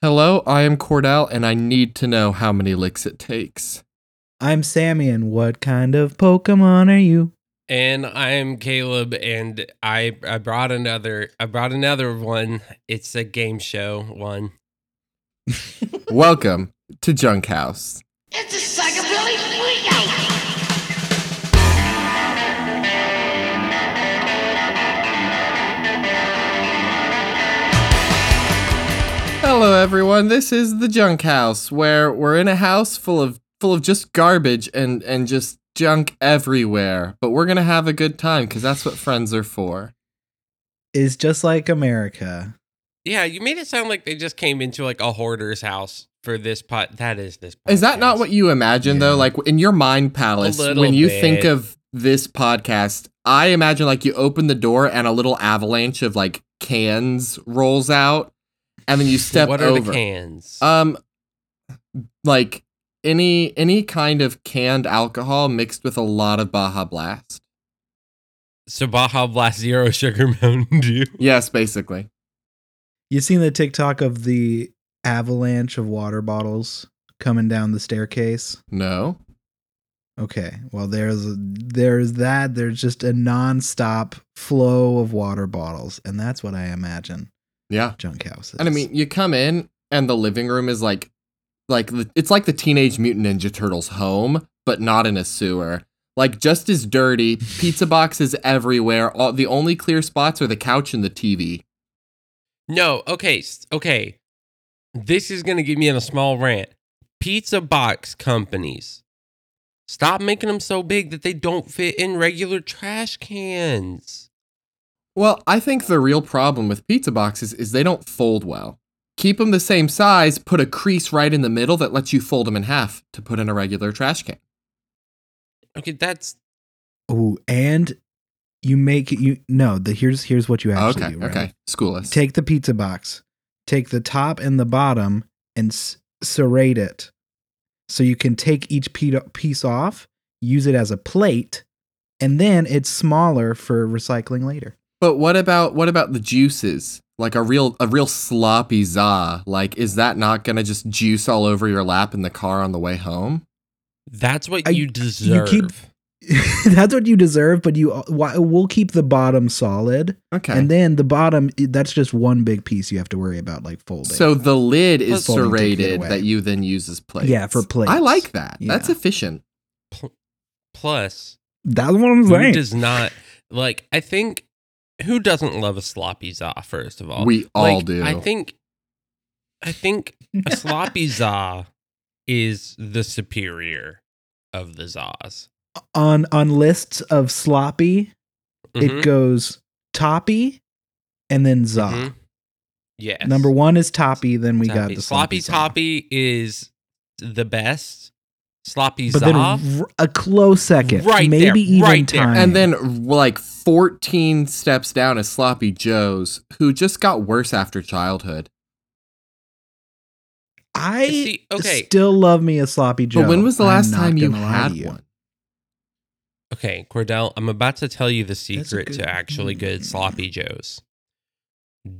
Hello, I am Cordell, and I need to know how many licks it takes. I'm Sammy, and what kind of Pokemon are you? And I'm Caleb, and I I brought another I brought another one. It's a game show one. Welcome to Junk House. It's a psychobilly freak out. Hello, everyone. This is the Junk House, where we're in a house full of full of just garbage and and just junk everywhere. But we're gonna have a good time because that's what friends are for. Is just like America. Yeah, you made it sound like they just came into like a hoarder's house for this pot. That is this. Podcast. Is that not what you imagine though? Yeah. Like in your mind palace, A little when you bit. think of this podcast, I imagine like you open the door and a little avalanche of like cans rolls out, and then you step What are over. the cans? Um, like any any kind of canned alcohol mixed with a lot of Baja Blast. so Baja Blast Zero Sugar Mountain Dew. Yes, basically. You seen the TikTok of the avalanche of water bottles coming down the staircase? No. Okay, well there's there's that. There's just a nonstop flow of water bottles, and that's what I imagine Yeah. junk houses. And I mean, you come in and the living room is like, like the, it's like the Teenage Mutant Ninja Turtles home, but not in a sewer. Like just as dirty. Pizza boxes everywhere. All the only clear spots are the couch and the TV. No, okay, s- okay. This is gonna give me in a small rant. Pizza box companies, stop making them so big that they don't fit in regular trash cans. Well, I think the real problem with pizza boxes is they don't fold well. Keep them the same size, put a crease right in the middle that lets you fold them in half to put in a regular trash can. Okay, that's ooh, and you make it. You no, the here's here's what you actually okay, do. Right? okay. School us. Take the pizza box, take the top and the bottom, and s- serrate it. So you can take each pe- piece off, use it as a plate, and then it's smaller for recycling later. but what about what about the juices? Like a real a real sloppy za. Like is that not going to just juice all over your lap in the car on the way home? that's what I- you deserve. That's what you deserve, but you uh, why- we'll keep the bottom solid, Okay. and then the bottom i- that's just one big piece you have to worry about, like folding. so the lid is Let's fold and take it serrated away. that you then use as plates. Yeah, for I plates. like that. That's Yeah. efficient. Plus, that's what I'm who saying. does not like? I think who doesn't love a sloppy za? First of all, We all Like, do. I think, I think a sloppy za is the superior of the za's. on on lists of sloppy, Mhm. it goes toppy, and then za. Mhm. Yes. Number one is Toppy. Then we got Toppy. the sloppy sloppy, toppy is the best. Sloppy But then za. r- a close second, Right maybe there, even right there. time. And then like 14 steps down is Sloppy Joe's, who just got worse after childhood. I See, okay. still love me a sloppy Joe. But when was the I'm last not time you gonna lie to had you. one? Okay, Cordell, I'm about to tell you the a secret good- to actually good sloppy joes.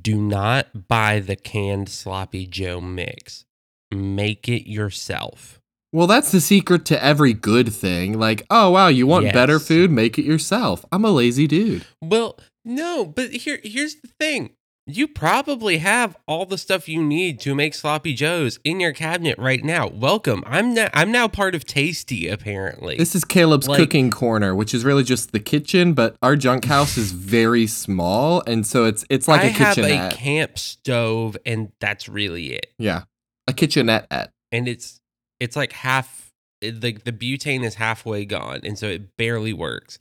Do not buy the canned sloppy joe mix. Make it yourself. Well, that's the secret to every good thing. Like, oh wow, you want Yes. better food? Make it yourself. I'm a lazy dude. Well, no, but here here's the thing. You probably have all the stuff you need to make sloppy joes in your cabinet right now. Welcome. I'm now I'm now part of Tasty apparently. This is Caleb's Like- cooking corner, which is really just the kitchen, but our junk house is very small, and so it's it's like I a have a kitchenette. camp stove and that's really it. yeah, a kitchenette. at. and it's it's like half eh, the the butane is halfway gone and so it barely works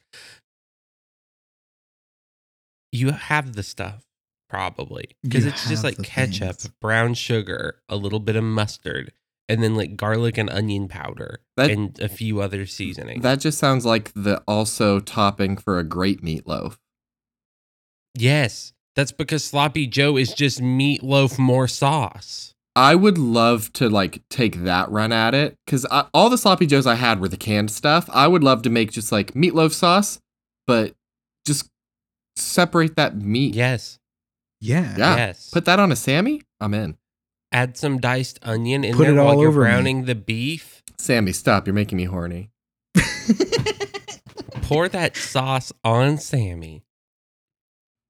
you have the stuff probably because You it's just have like the ketchup things. brown sugar a little bit of mustard and then like garlic and onion powder That- and a few other seasonings That just sounds like the also topping for a great meatloaf. yes that's because sloppy joe is just meatloaf more sauce I would love to like take that run at it because all the sloppy joes I had were the canned stuff. I would love to make just like meatloaf sauce, but just separate that meat. yes Yeah. Yeah. yes Put that on a Sammy. I'm in. add some diced onion in Put it there while all you're over me. browning the beef. Sammy, stop. You're making me horny. Pour that sauce on Sammy.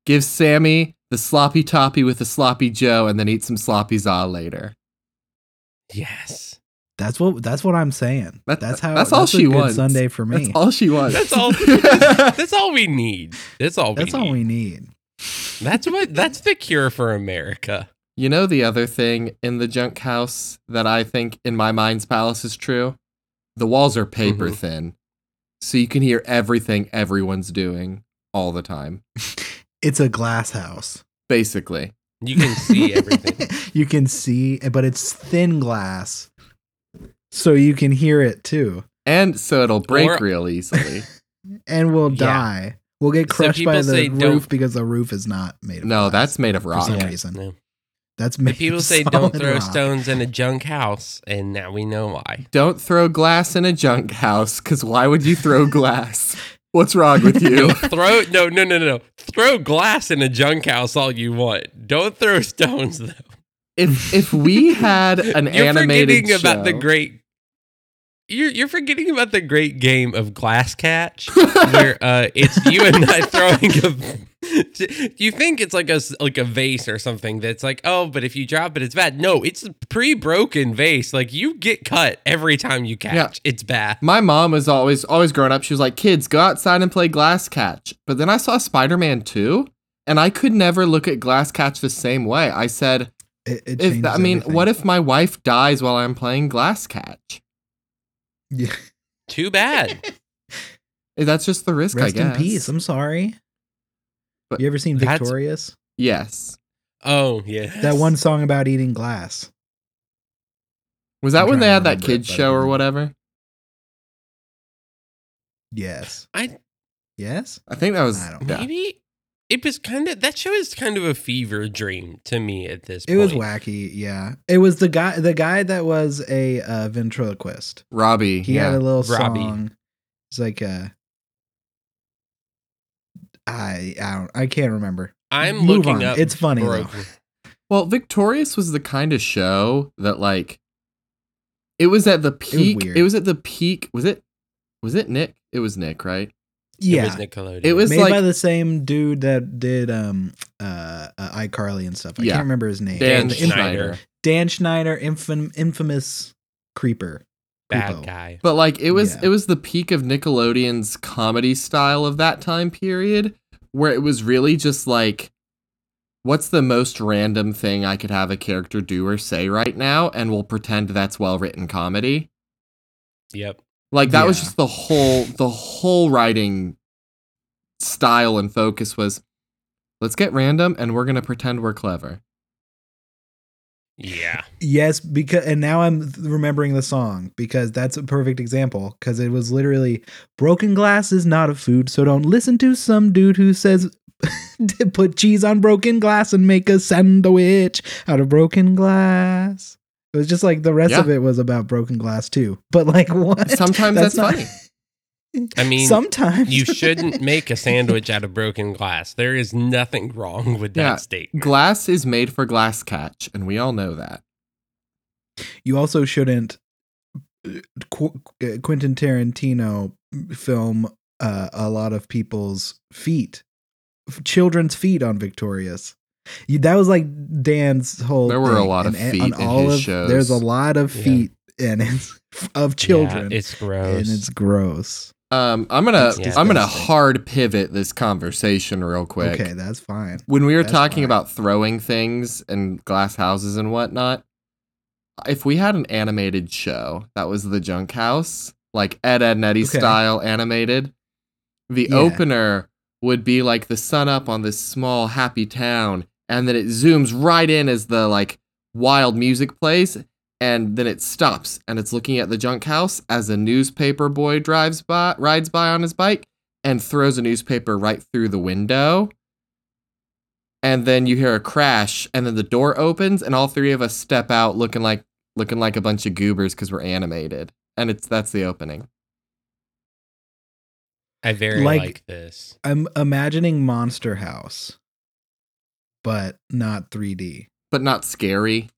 Give Sammy the sloppy toppy with a sloppy Joe and then eat some sloppy za later. Yes. That's what that's what I'm saying. That- that's how that's all a she good wants. Sunday for me. That's all she wants. That's all. that's all we need. That's all. That's we all need. we need. That's what. That's the cure for America. you know the other thing in the junk house that I think in my mind's palace is true? The walls are paper Mhm. thin. So you can hear everything everyone's doing all the time. It's a glass house. Basically. You can see everything. you can see, but it's thin glass, so you can hear it too. And so it'll break Or- real easily. And we'll Yeah. die. We'll get So crushed by people say the don't- roof because the roof is not made of no, glass that's made of for rock. some reason. No. That's The made people of say don't solid throw rock. stones in a junk house, and now we know why. Don't throw glass in a junk house, because why would you throw glass? What's wrong with you? Throw no, no, no, no. Throw glass in a junk house all you want. Don't throw stones though. if if we had an You're animated forgetting about the show- great. You're you're forgetting about the great game of glass catch, where uh, it's you and I throwing a. You think it's like a s- like a vase or something that's like oh, but if you drop it, it's bad. No, it's a pre-broken vase. Like you get cut every time you catch. It's bad. My mom was always always growing up. She was like, "Kids, go outside and play glass catch." But then I saw Spider Man Two, and I could never look at glass catch the same way. I said, It, it "If changes I mean, everything. what if my wife dies while I'm playing glass catch? Yeah. Too bad. Eh, That's just the risk, I Rest in guess." peace. I'm sorry. But you ever seen that's- Victorious? Yes. Oh yeah, That one song about eating glass. Was that I'm when they trying had to that remember it, kids but I show or don't- whatever? Yes. I Yes. I think that was. I don't yeah. maybe it was kind of that show is kind of a fever dream to me at this. It was point. wacky. Yeah. It was the guy. The guy that was a uh, ventriloquist. Robbie. He yeah. had a little Robbie. song. It's like uh I I don't I can't remember. I'm Move looking on. up. It's funny, though. broken. Well, Victorious was the kind of show that like it was at the peak. It was, weird. at the peak. Was it? Was it Nick? It was Nick, right? Yeah. It was Nickelodeon. It was Made by like- the same dude that did um uh, uh iCarly and stuff. I Yeah. can't remember his name. Dan, The Schneider. inf- Schneider. Dan Schneider, infam- infamous creeper. bad Creepo. guy. But like it was, Yeah. it was the peak of Nickelodeon's comedy style of that time period, where it was really just like, what's the most random thing I could have a character do or say right now, and we'll pretend that's well written comedy. Yep. Like that was Yeah. just the whole the whole writing style and focus was let's get random and we're gonna pretend we're clever. Yeah. Yes, because and now I'm th- remembering the song because that's a perfect example because it was literally broken glass is not a food, so don't listen to some dude who says to put cheese on broken glass and make a sandwich out of broken glass. It was just like the rest Yeah. of it was about broken glass too, but like what? Sometimes that's, not- funny. I mean, Sometimes you shouldn't make a sandwich out of broken glass. There is nothing wrong with that Yeah. statement. Glass is made for glass catch, and we all know that. you also shouldn't Qu- uh, Quentin Tarantino film uh, a lot of people's feet, f- children's feet on Victorious. You, that was like Dan's whole. There were a thing, lot of and feet on in all his of, shows. There's a lot of Yeah. feet and it's of Yeah, children, it's and gross. it's gross. Um, I'm gonna That's I'm gonna disgusting. hard pivot this conversation real quick. Okay, that's fine. When we were That's talking fine. about throwing things and glass houses and whatnot, if we had an animated show that was the Junk House, like Ed, Ed, and Eddie Okay. style animated, the Yeah. opener would be like the sun up on this small happy town, and then it zooms right in as the like wild music plays, and then it stops and it's looking at the junk house as a newspaper boy drives by, rides by on his bike, and throws a newspaper right through the window. And then you hear a crash, and then the door opens, and all three of us step out looking like looking like a bunch of goobers because we're animated, and it's that's the opening. I very like- like, this. I'm imagining Monster House, but not 3D. but not scary.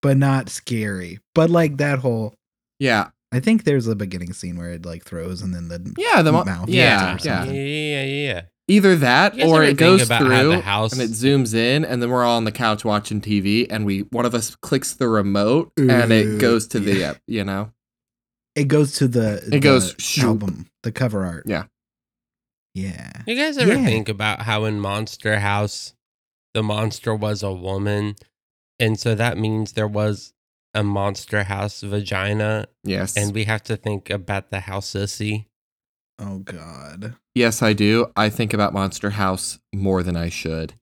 but not scary. But like that whole, Yeah. I think there's a beginning scene where it like throws and then the Yeah. The mo- Mouth. yeah. Yeah. Yeah. Yeah, yeah, yeah. Either that You guys or ever it think goes about how the through house- and it zooms in and then we're all on the couch watching TV and we one of us clicks the remote and Ooh, it goes to the yeah. uh, you know. it goes to the It goes the shoop. album, the cover art. Yeah. yeah. You guys ever Yeah. think about how in Monster House the monster was a woman? And so that means there was a Monster House vagina, Yes. and we have to think about the house sissy. Oh God. yes, I do. I think about Monster House more than I should.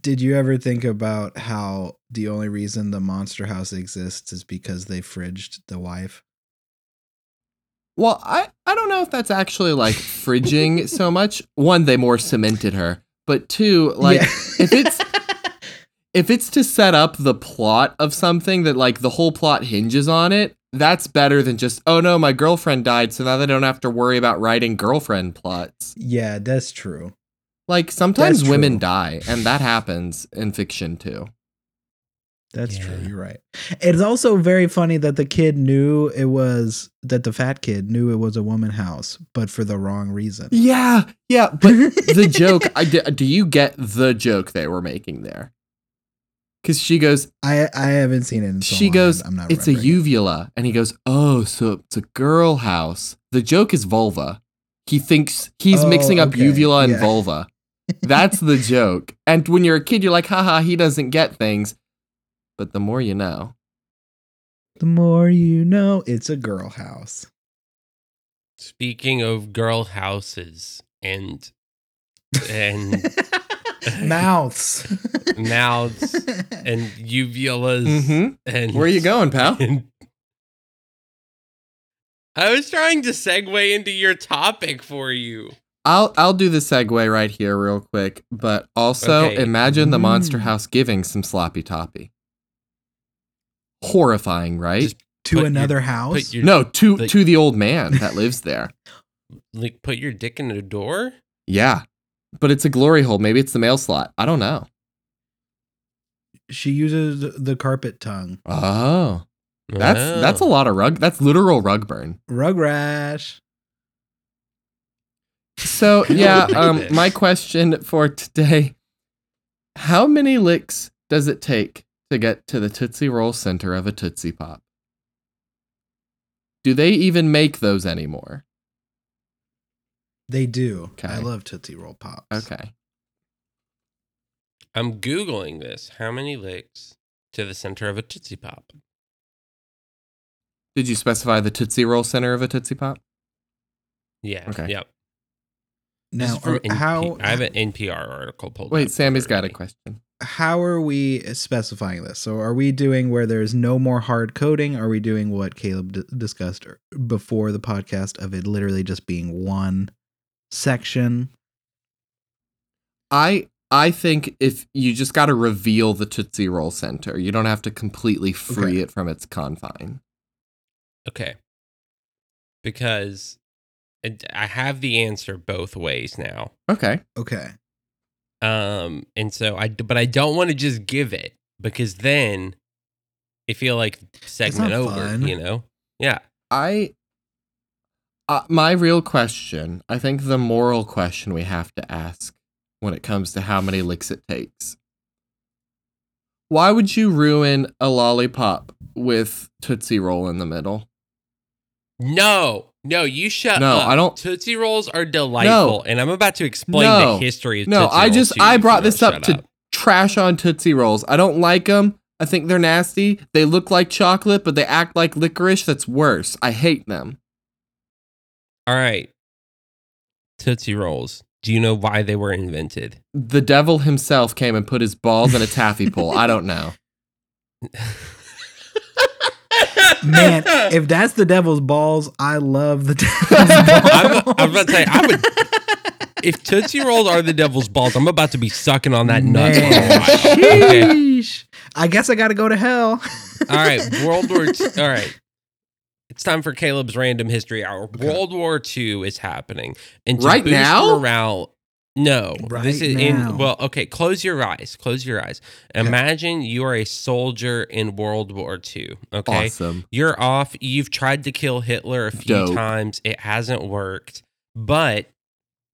Did you ever think about how the only reason the Monster House exists is because they fridged the wife? Well, I, I don't know if that's actually like fridging so much. One, they more cemented her. But two, like Yeah. if it's if it's to set up the plot of something that like the whole plot hinges on it, that's better than just, oh no, my girlfriend died, so now they don't have to worry about writing girlfriend plots. yeah, that's true. Like sometimes That's women true. die, and that happens in fiction too. That's true. Yeah. You're right. It's also very funny that the kid knew it was that the fat kid knew it was a woman house, but for the wrong reason. Yeah, yeah, but the joke, I d- do you get the joke they were making there? Cuz she goes, I I haven't seen it. In so she long, goes, I'm not. it's a remembering it." uvula. And he goes, oh, so it's a girl house. The joke is vulva. He thinks he's Oh, mixing up okay, uvula and yeah. vulva. That's the joke. And when you're a kid, you're like, haha, he doesn't get things. But the more you know. The more you know, it's a girl house. Speaking of girl houses and and Mouths. mouths and uvulas and Mm-hmm. Where are you going, pal? And- I was trying to segue into your topic for you. I'll I'll do the segue right here real quick. But also Okay. imagine the monster Mm. house giving some sloppy toppy. Horrifying, right? Just to Put your- another house. Put your no, to like- to the old man that lives there. like put your dick in a door. Yeah. But it's a glory hole. Maybe it's the mail slot. I don't know. she uses the carpet tongue. Oh. That's Oh. that's a lot of rug. That's literal rug burn. Rug rash. So I yeah, would like um this. my question for today. How many licks does it take to get to the Tootsie Roll center of a Tootsie Pop? Do they even make those anymore? They do. Okay. I love Tootsie Roll Pops. Okay. I'm googling this. How many licks to the center of a tootsie pop? Did you specify the Tootsie Roll center of a Tootsie Pop? Yeah. Okay. Yep. This Now, is from are- how NP I have an NPR article pulled. Wait, up Sammy's got a already. question. how are we specifying this? So, are we doing where there's no more hard coding? Are we doing what Caleb d- discussed er- before the podcast of it literally just being one section? I I think if you just got to reveal the Tootsie Roll Center, you don't have to completely free Okay. it from its confine. Okay. Because it- I have the answer both ways now. Okay. Okay. Um, and so I, but I don't want to just give it because then I feel like segment not over, fun. you know? Yeah. I uh, my real question, I think the moral question we have to ask when it comes to how many licks it takes. Why would you ruin a lollipop with Tootsie Roll in the middle? No, no, you shut No, up. I don't- Tootsie Rolls are delightful, No. and I'm about to explain No. the history of No, Tootsie I Rolls just- to you I if you brought don't this up shut to- Trash on Tootsie Rolls. I don't like them. I think they're nasty. They look like chocolate, but they act like licorice. That's worse. I hate them. All right, Tootsie Rolls. Do you know why they were invented? The devil himself came and put his balls in a taffy pole. I don't know. Man, if that's the devil's balls, I love the devil's I'm- balls. I'm about to say, I if Tootsie Rolls are the devil's balls, I'm about to be sucking on that nut. for a Man, while, okay? sheesh. I guess I got to go to hell. All right, World War. T- all right, it's time for Caleb's random history hour. World War II is happening, and to Right boost now? morale. No, Right this is now. in well. Okay, close your eyes. Close your eyes. Imagine you are a soldier in World War II. Okay, Awesome. you're off. You've tried to kill Hitler a few Dope. times. It hasn't worked, but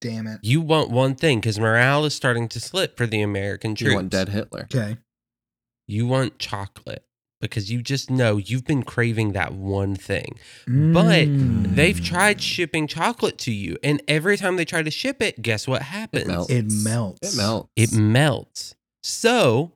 Damn it. you want one thing because morale is starting to slip for the American troops. You want dead Hitler? Okay. You want chocolate because you just know you've been craving that one thing. Mm. But they've tried shipping chocolate to you, and every time they try to ship it, guess what happens? melts. it melts. It melts. It melts. So,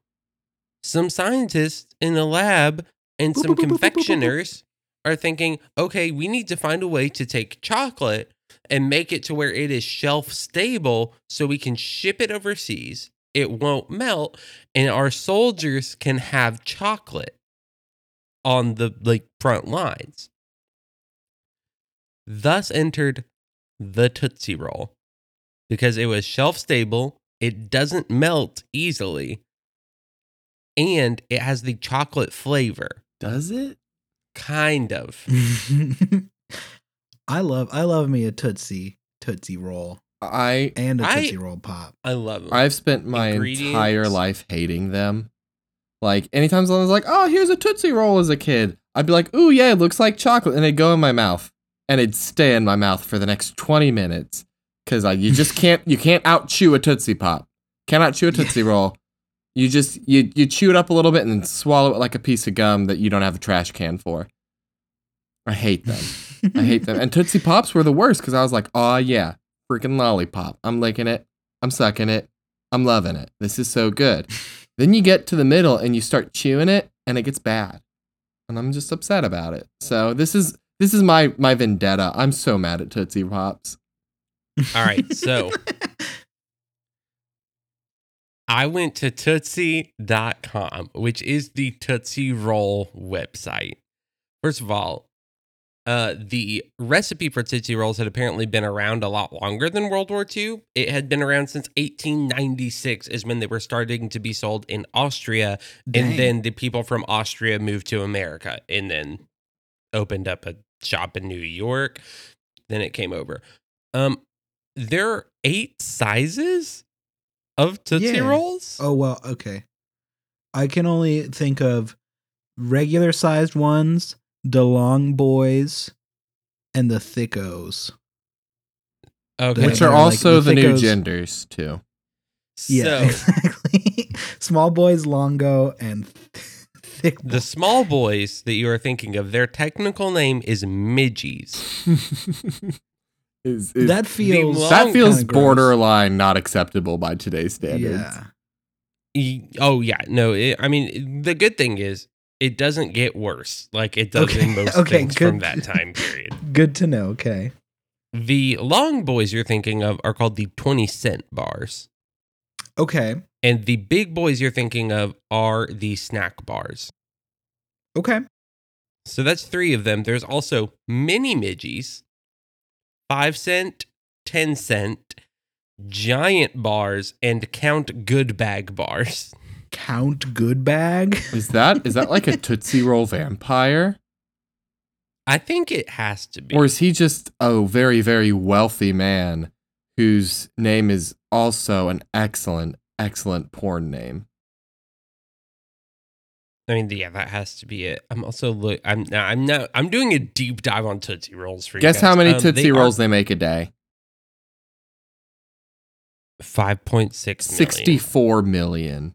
some scientists in the lab and Boop, boop, boop, boop, boop, some boop, boop. confectioners are thinking, okay, we need to find a way to take chocolate and make it to where it is shelf stable so we can ship it overseas. It won't melt, and our soldiers can have chocolate on the like front lines. Thus entered the Tootsie Roll because it was shelf stable, it doesn't melt easily, and it has the chocolate flavor. Does it? Kind of. I love I love me a Tootsie Tootsie roll I and a I- Tootsie roll pop. I love them. I've spent my Ingredients. entire life hating them. Like anytime someone's like, "Oh, here's a Tootsie Roll," as a kid, I'd be like, "Ooh, yeah, it looks like chocolate," and it'd go in my mouth, and it'd stay in my mouth for the next twenty minutes because like you just can't you can't out chew a Tootsie Pop, cannot chew a Yeah. Tootsie Roll. You just you you chew it up a little bit and then swallow it like a piece of gum that you don't have a trash can for. I hate them. I hate them. And Tootsie Pops were the worst because I was like, oh yeah, freaking lollipop. I'm licking it. I'm sucking it. I'm loving it. This is so good. then you get to the middle and you start chewing it and it gets bad. And I'm just upset about it. So this is this is my my vendetta. I'm so mad at Tootsie Pops. All right, so I went to Tootsie.com, which is the Tootsie Roll website. First of all, uh, the recipe for Tootsie Rolls had apparently been around a lot longer than World War II. It had been around since 1896, is when they were starting to be sold in Austria. Dang. And then the people from Austria moved to America and then opened up a shop in New York. Then it came over. Um, there are eight sizes of Tootsie Yeah. Rolls. Oh well, okay. I can only think of regular sized ones, the long boys, and the thickos. okay. Which Yeah, are like also the the new thickos. genders too. Yeah, So exactly. Small boys, longo, and thick. the small boys that you are thinking of, their technical name is midgies. Is- is- that feels long- that feels kinda gross. borderline not acceptable by today's standards. Yeah. E- Oh yeah, no. It, I mean, the good thing is it doesn't get worse like it does Okay, in most okay, things from good. that time period. Good to know. Okay. The long boys you're thinking of are called the 20 cent bars. Okay. And the big boys you're thinking of are the snack bars. Okay. So that's three of them. There's also mini midgies, five cent, 10 cent, giant bars, and count good bag bars. Count good bag. Is that is that like a Tootsie Roll vampire? I think it has to be. Or is he just a very, very wealthy man whose name is also an excellent, excellent porn name? I mean, yeah, that has to be it. I'm also look. I'm no, I'm not. I'm doing a deep dive on Tootsie Rolls for you. Guess guys. how many Um, they Tootsie are Rolls they make a day? Five point six. million. 64 million.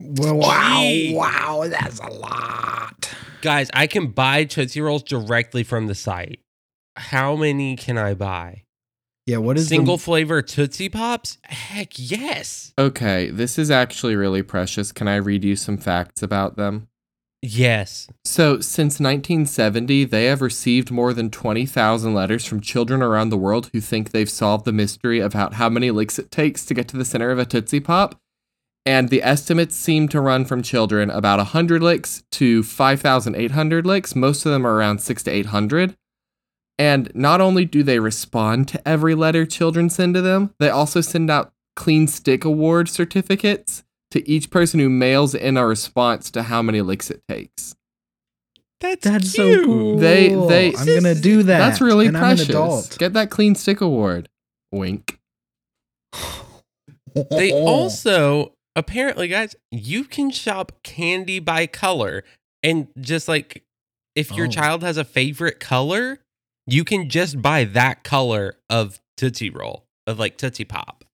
Well, wow. Gee. Wow. That's a lot. Guys, I can buy Tootsie Rolls directly from the site. How many can I buy? Yeah. What is the- Single flavor Tootsie Pops? Heck yes. Okay, this is actually really precious. Can I read you some facts about them? Yes. So, since 1970, they have received more than 20,000 letters from children around the world who think they've solved the mystery about how many licks it takes to get to the center of a Tootsie Pop. And the estimates seem to run from children about 100 licks to 5,800 licks. Most of them are around 6 to 800. And not only do they respond to every letter children send to them, they also send out Clean Stick Award certificates to each person who mails in a response to how many licks it takes. That's, That's so cute. cool. They- they- I'm gonna do that. That's really and precious. I'm an adult. Get that clean stick award. Wink. They Oh. also apparently, guys, you can shop candy by color, and just like if your Oh. child has a favorite color, you can just buy that color of Tootsie Roll of like Tootsie Pop.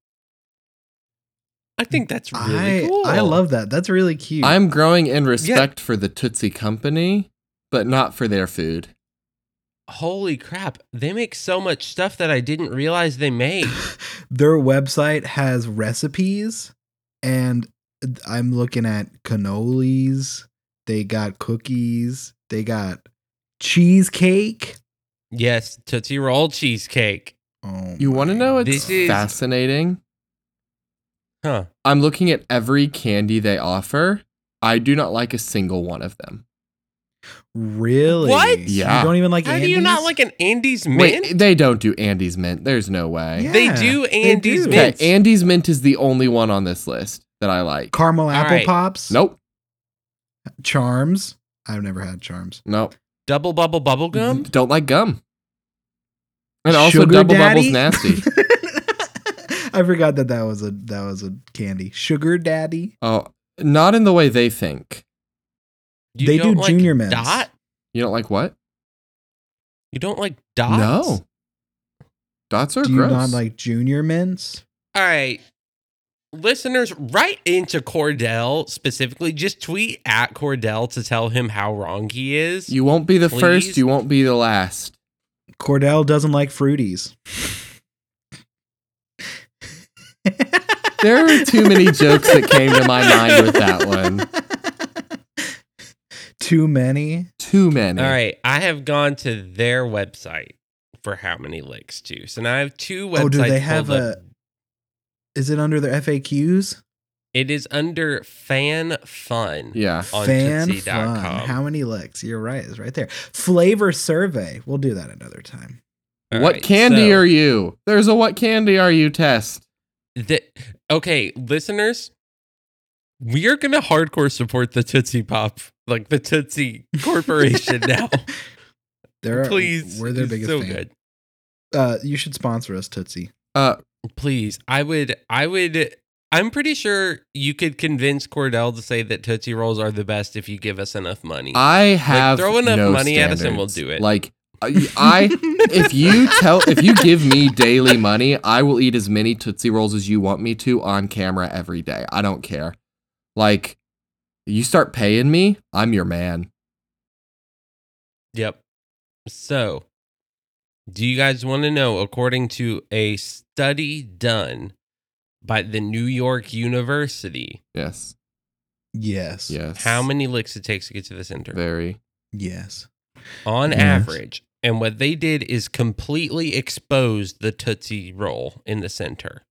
I think that's really I, cool. I love that. That's really cute. I'm growing in respect for the Tootsie Company, but not for their food. Holy crap! They make so much stuff that I didn't realize they made. Their website has recipes, and I'm looking at cannolis. They got cookies. They got cheesecake. yes, Tootsie Roll cheesecake. Oh, You want to my know God. it's This is- fascinating? Huh. I'm looking at every candy they offer. I do not like a single one of them. really? What? Yeah. You don't even like. How do you not Andes? like an Andy's mint? Wait, they don't do Andy's Mint. There's no way. Yeah, they do they Andy's do. Okay, mints. Andy's Mint is the only one on this list that I like. caramel apple right. pops? nope, Charms. I've never had charms. nope. Double bubble bubble Mm-hmm. gum. Don't like gum. And also, Sugar Double Daddy? Bubble's nasty. I forgot that that was a that was a candy. Sugar daddy. oh, not in the way they think. You They do don't like Junior Mints. Dot. You don't like what? You don't like dots. No. Dots are Do you Oh, gross. not like junior mints? All right. Listeners, write into Cordell specifically. Just tweet at Cordell to tell him how wrong he is. you won't be the Please? first. You won't be the last. Cordell doesn't like fruities. There are too many jokes that came to my mind with that one. Too many. Too many. All right. I have gone to their website for how many licks too. So now I have two websites. Oh, do they have pulled up. a? Is it under their FAQs? It is under fan fun. Yeah. On Fan Tootsie.com. fun. How many licks? You're right. It's right there. Flavor survey. We'll do that another time. All what right, candy so- are you? There's a what candy are you test. The, okay, listeners, we are going to hardcore support the Tootsie Pop, like the Tootsie Corporation now. They're, Please. We're their It's biggest so fan. good. Uh, you should sponsor us, Tootsie. Uh, Please. I would, I would, I'm pretty sure you could convince Cordell to say that Tootsie Rolls are the best if you give us enough money. I have throw enough no money at us and we'll standards. do it. Like I, I- if you tell if you give me daily money, I will eat as many Tootsie Rolls as you want me to on camera every day. I don't care. Like you start paying me, I'm your man. Yep. So, do you guys want to know, according to a study done by the New York University, Yes. yes, Yes. how many licks it takes to get to the center? Very. yes. on Yes. average. And what they did is completely exposed the Tootsie Roll in the center.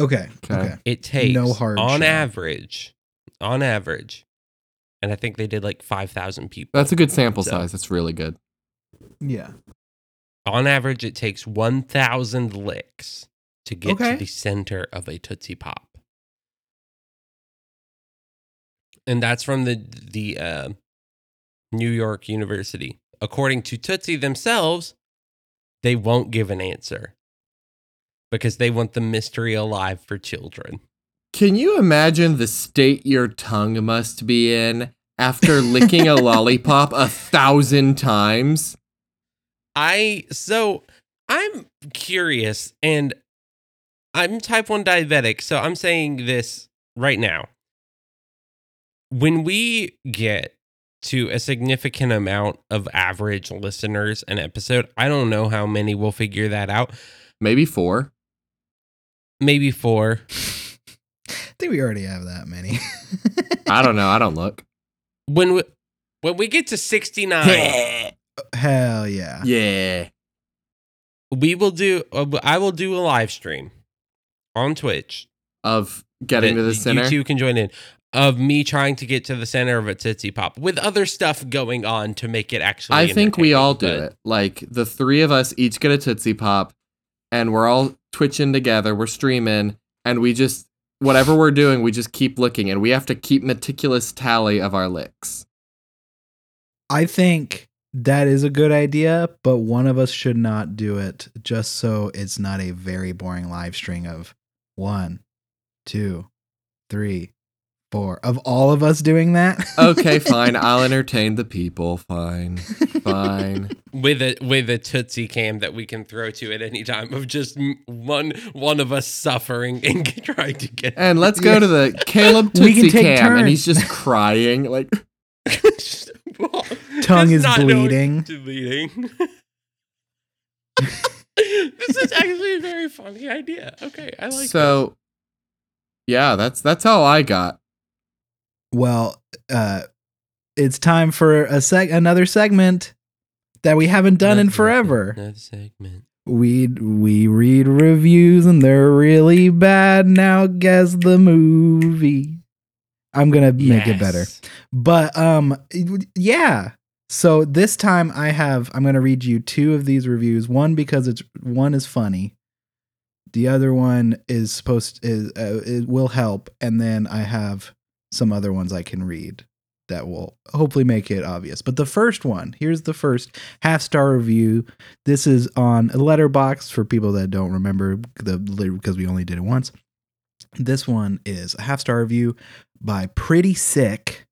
Okay, okay. Okay. It takes No hard on shell. average, on average, and I think they did like five thousand people. That's a good sample So- size. That's really good. yeah. on average, it takes one thousand licks to get Okay. to the center of a Tootsie Pop, and that's from the the uh, New York University. According to Tootsie themselves, they won't give an answer because they want the mystery alive for children. Can you imagine the state your tongue must be in after licking a lollipop a thousand times? I so I'm curious and I'm type 1 diabetic, so I'm saying this right now. When we get to a significant amount of average listeners an episode, I don't know how many will figure that out. Maybe four. Maybe 4. I think we already have that many. I don't know. I don't look. When we, when we get to 69, Hell yeah. yeah. we will do uh, I will do a live stream on Twitch Of getting that to the center. You two can join in. Of me trying to get to the center of a tootsie pop with other stuff going on to make it actually. I think we all do entertaining, it. Like the three of us each get a Tootsie Pop and we're all twitching together, we're streaming, and we just whatever we're doing, we just keep looking and we have to keep meticulous tally of our licks. I think that is a good idea, but one of us should not do it just so it's not a very boring live string of one, two, three, four. Of all of us doing that? Okay, fine. I'll entertain the people. Fine. Fine. with a with a tootsie cam that we can throw to at any time of just m- one one of us suffering and trying to get And let's go to the Caleb We can Tootsie take Cam, and he's turns. just crying. Like, Tongue Just is not bleeding. knowing- bleeding. this is actually a very funny idea. Okay, I like so. Yeah, that's that's how I got. Well, uh, it's time for a seg- another segment that we haven't that. done in Another- forever. Another segment. We we read reviews and they're really bad. Now guess the movie. I'm gonna make it better. Yes. But um it- yeah. So this time I have I'm gonna read you two of these reviews. One because it's one is funny. The other one is supposed is uh, it will help, and then I have some other ones I can read that will hopefully make it obvious. But the first one, here's the first half star review. This is on Letterbox for people that don't remember the because we only did it once. This one is a half star review by Pretty Sick.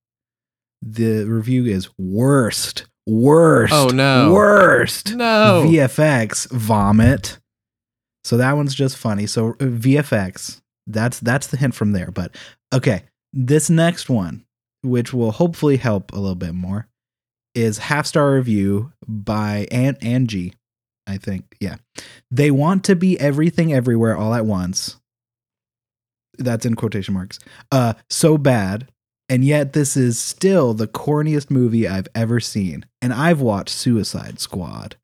The review is worst, worst, Oh, no. worst No. VFX vomit. So that one's just funny. So uh, VFX, that's that's the hint from there. But okay, this next one, which will hopefully help a little bit more, is half star review by Aunt Angie. I think yeah, they want to be everything everywhere all at once. That's in quotation marks. Uh, so bad. And yet, this is still the corniest movie I've ever seen. And I've watched Suicide Squad.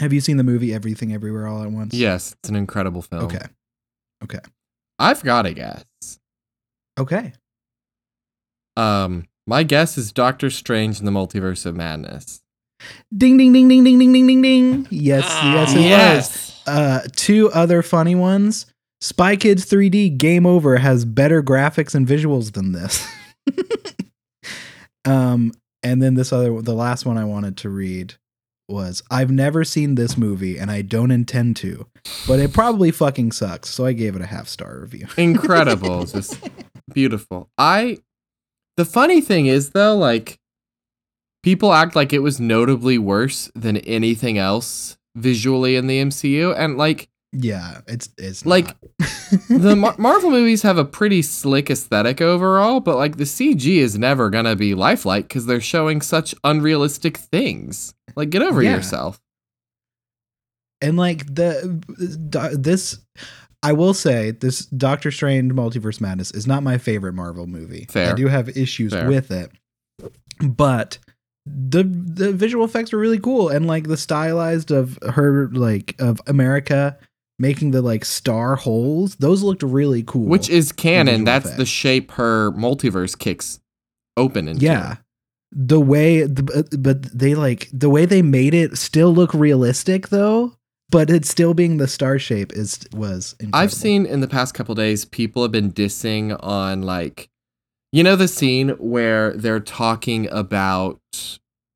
Have you seen the movie Everything Everywhere All at Once? Yes, it's an incredible film. Okay. I've got a guess. Okay. Um, my guess is Doctor Strange in the Multiverse of Madness. Ding ding ding ding ding ding ding ding ding. Yes, yes, Ah, it was. Uh, two other funny ones. Spy Kids 3D Game Over has better graphics and visuals than this. um, and then this other, the last one I wanted to read was I've never seen this movie and I don't intend to, but it probably fucking sucks. So I gave it a half star review. incredible just beautiful i the funny thing is though like people act like it was notably worse than anything else visually in the mcu and like Yeah, it's it's Like, not. the Mar- marvel movies have a pretty slick aesthetic overall but like the cg is never gonna be lifelike because they're showing such unrealistic things like get over Yeah. yourself and like the do- this i will say this doctor strange multiverse madness is not my favorite marvel movie Fair. i do have issues Fair. with it but the the visual effects were really cool and like the stylized of her like of america making the like star holes those looked really cool which is canon Visual that's the effects. shape her multiverse kicks open into yeah the way the, but- but they like the way they made it still look realistic though but it still being the star shape is was incredible. I've seen in the past couple days people have been dissing on like you know the scene where they're talking about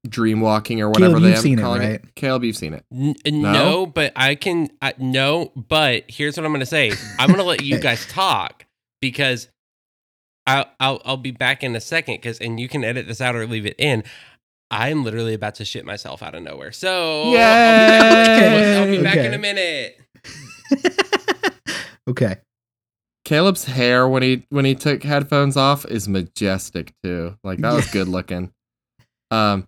dreamwalking or whatever Caleb, they you've have seen it, calling right? Caleb, you've seen it. N- no? but I can. I, no, but here's what I'm gonna say. I'm gonna let you Okay. guys talk because I'll I'll, I'll be back in a second. Because and you can edit this out or leave it in. I'm literally about to shit myself out of nowhere. So I'll be back- I'll be back in Okay. a minute. okay. Caleb's hair when he when he took headphones off is majestic too. Like that was Yeah. good looking. Um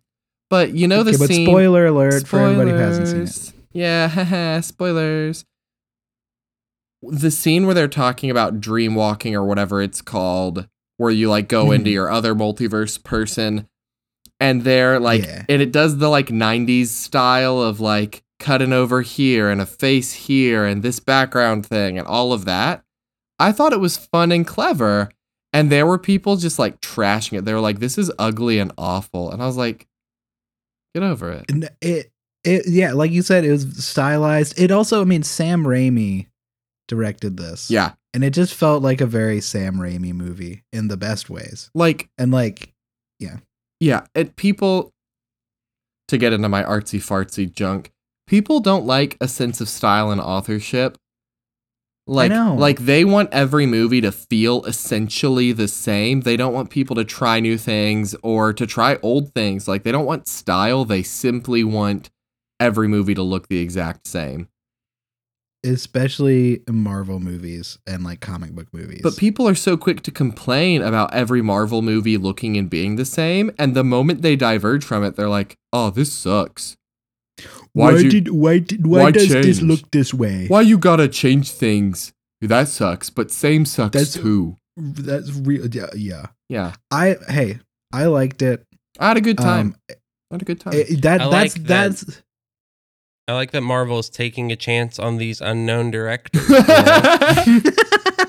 but you know the okay, but scene spoiler alert for anybody who hasn't seen it. Spoilers. Yeah, haha, spoilers. The scene where they're talking about dream walking or whatever it's called, where you like go into Mhm. your other multiverse person and they're like Yeah. and it does the like 90s style of like cutting over here and a face here and this background thing and all of that. I thought it was fun and clever. And there were people just like trashing it. They were like, this is ugly and awful. And I was like, get over it. And it it yeah, like you said, it was stylized. It also, I mean, Sam Raimi directed this. Yeah. And it just felt like a very Sam Raimi movie in the best ways. like And like yeah it people to get into my artsy fartsy junk people don't like a sense of style and authorship Like, know. like they want every movie to feel essentially the same. They don't want people to try new things or to try old things. Like, they don't want style. They simply want every movie to look the exact same. especially Marvel movies and like comic book movies. But people are so quick to complain about every Marvel movie looking and being the same. And the moment they diverge from it, they're like, oh, this sucks. why, why'd you- did why did why, why does this change? look this way? Why you gotta change things? That sucks, but same sucks That's- too. That's real. Yeah, yeah. Yeah. I hey, I liked it. I had a good time. Um, I had a good time. it- that I that's like that. that's I like that Marvel is taking a chance on these unknown directors. you know?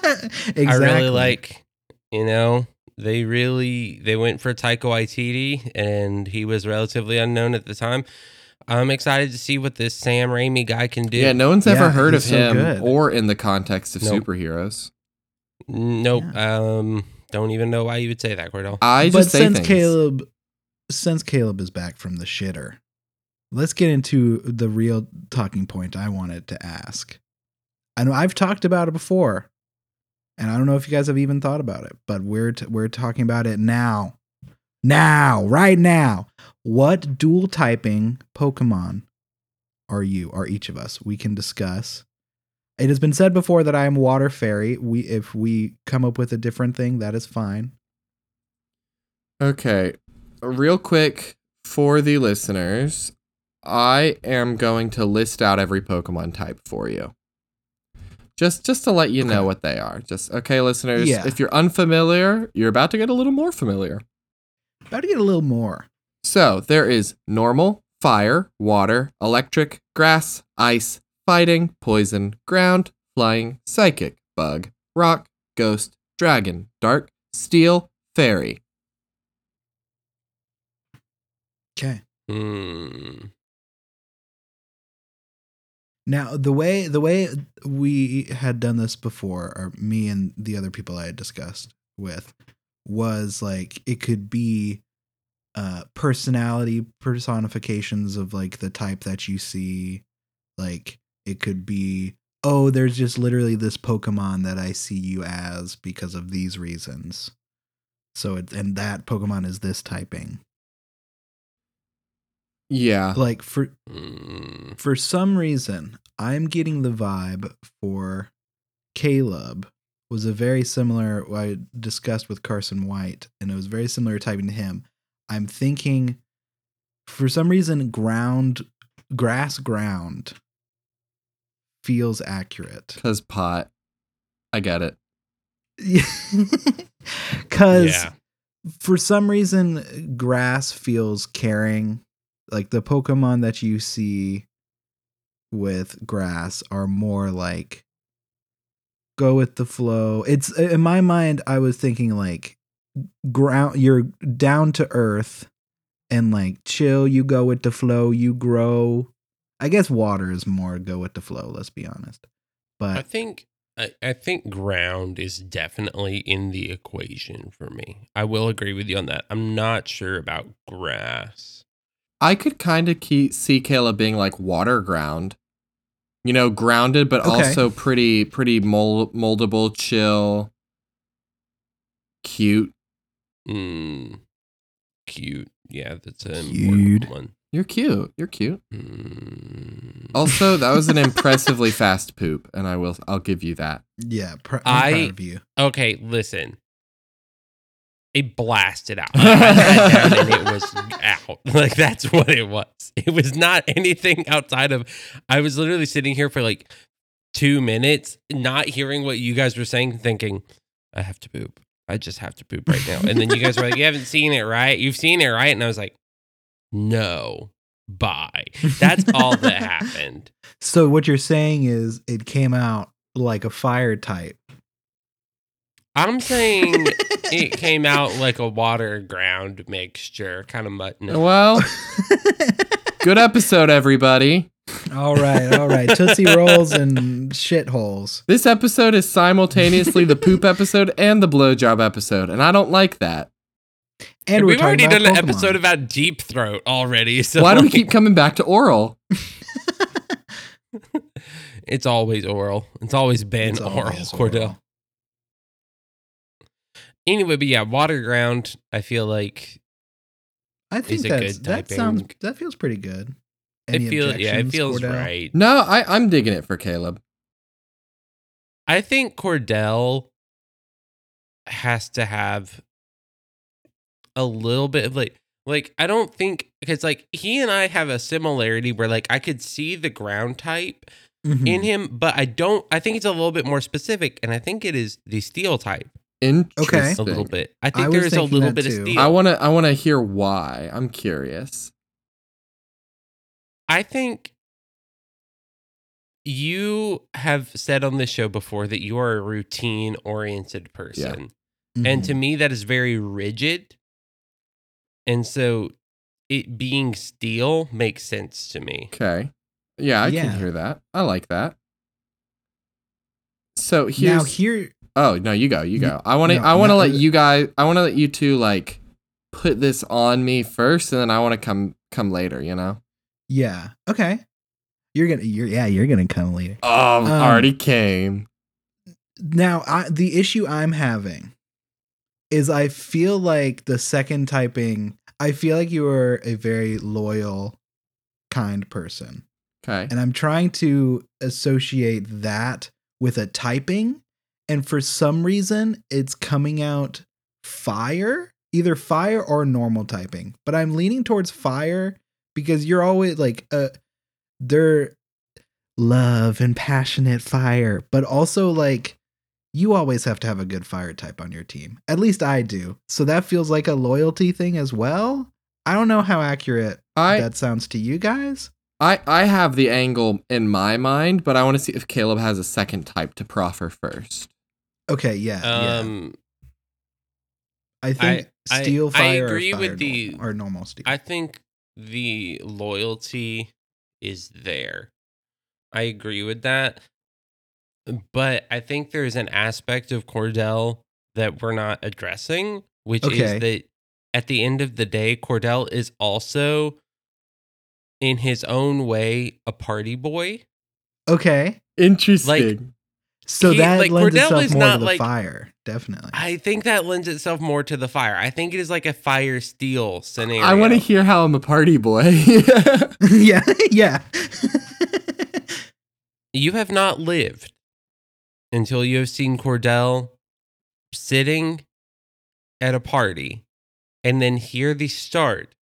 exactly. I really like, you know, they really they went for Taika Waititi, and he was relatively unknown at the time. I'm excited to see what this Sam Raimi guy can do. yeah, no one's ever Yeah, heard of he's so him good. or in the context of Nope. superheroes. Nope. Um, don't even know why you would say that, Cordell. I but just say since things. Caleb since Caleb is back from the shitter, let's get into the real talking point I wanted to ask. I know I've talked about it before, and I don't know if you guys have even thought about it, but we're t- we're talking about it now. Now, right now. What dual typing Pokemon are you or each of us? We can discuss. It has been said before that I am water fairy. We if we come up with a different thing, that is fine. Okay, real quick for the listeners, I am going to list out every Pokemon type for you. Just just to let you know Okay. what they are. Just okay, listeners. Yeah. If you're unfamiliar, you're about to get a little more familiar. About to get a little more. So there is normal, fire, water, electric, grass, ice, fighting, poison, ground, flying, psychic, bug, rock, ghost, dragon, dark, steel, fairy. Okay. Hmm. Now the way the way we had done this before, or me and the other people I had discussed with, was like it could be uh personality personifications of like the type that you see. Like it could be, oh, there's just literally this Pokemon that I see you as because of these reasons. So it and that Pokemon is this typing. Yeah. Like for Hmm. for some reason, I'm getting the vibe for Caleb was a very similar I discussed with Carson White, and it was very similar typing to him. I'm thinking for some reason ground grass ground feels accurate. Cause pot. I get it. Cause Yeah. for some reason grass feels caring like the pokemon that you see with grass are more like go with the flow it's in my mind i was thinking like ground you're down to earth and like chill you go with the flow you grow i guess water is more go with the flow let's be honest I but think I, I think ground is definitely in the equation for me. I will agree with you on that. I'm not sure about grass. I could kind of ke- see Caleb being like water ground. You know, grounded but Okay. also pretty pretty mold- moldable, chill, cute. Mm. Cute. Yeah, that's an Cute. important one. You're cute. You're cute. Mm. Also, that was an impressively fast poop, and I will I'll give you that. yeah pr- I- I'm proud of you Okay, listen. It blasted out. I had that down and it was out. Like that's what it was. It was not anything outside of I was literally sitting here for like two minutes, not hearing what you guys were saying, thinking, I have to poop. I just have to poop right now. And then you guys were like, You haven't seen it, right? You've seen it, right? And I was like, No. Bye. That's all that happened. So what you're saying is it came out like a fire type. I'm saying it came out like a water ground mixture, kind of muttness. Well, good episode, everybody. all right, all right. Tootsie rolls and shitholes. This episode is simultaneously the poop episode and the blowjob episode, and I don't like that. And We've we're already talking done about an Pokemon. episode about Deep Throat already. So Why do we like, keep coming back to oral? It's always oral. It's always been It's oral, always Cordell. oral. Anyway, but yeah, water ground. I feel like I think a that's, good that sounds typing. that feels pretty good. it Any feels yeah, it objections, feels Cordell? right. No, I, I'm digging it for Caleb. I think Cordell has to have a little bit of like like I don't think because like he and I have a similarity where like I could see the ground type Mhm. in him, but I don't I think it's a little bit more specific and I think it is the steel type Interesting. a little bit. I think was there is a thinking little that bit of too. steel. I wanna I wanna hear why. I'm curious. I think you have said on this show before that you are a routine oriented person. Mhm. And to me, that is very rigid. And so it being steel makes sense to me. Okay. Yeah, I Yeah. can hear that. I like that. So here's now here Oh no, you go, you go. I want to, no, I want to no, let uh, you guys, I want to let you two like put this on me first, and then I want to come come later. You know. Yeah. Okay. You're gonna you're yeah, you're gonna come later. Oh, Um, already came. Now I the issue I'm having is I feel like the second typing I feel like you are a very loyal, kind person. Okay. And I'm trying to associate that with a typing. And for some reason it's coming out fire, either fire or normal typing. But I'm leaning towards fire because you're always like uh they're love and passionate fire, but also like you always have to have a good fire type on your team. At least I do. So that feels like a loyalty thing as well. I don't know how accurate I that sounds to you guys. I I have the angle in my mind, but I want to see if Caleb has a second type to proffer first. Okay, yeah. yeah. Um, I think I- I- steel I fire. agree or fire with normal, the- or normal steel. I think the loyalty is there. I agree with that. But I think there's an aspect of Cordell that we're not addressing, which Okay. is that at the end of the day, Cordell is also, in his own way, a party boy. okay, Interesting. so He- that like, lends Cordell itself is more to not the like- fire, definitely. I think that lends itself more to the fire. I think it is like a fire steel scenario. I want to hear how I'm a party boy. yeah, yeah. you have not lived until you have seen Cordell sitting at a party and then hear the start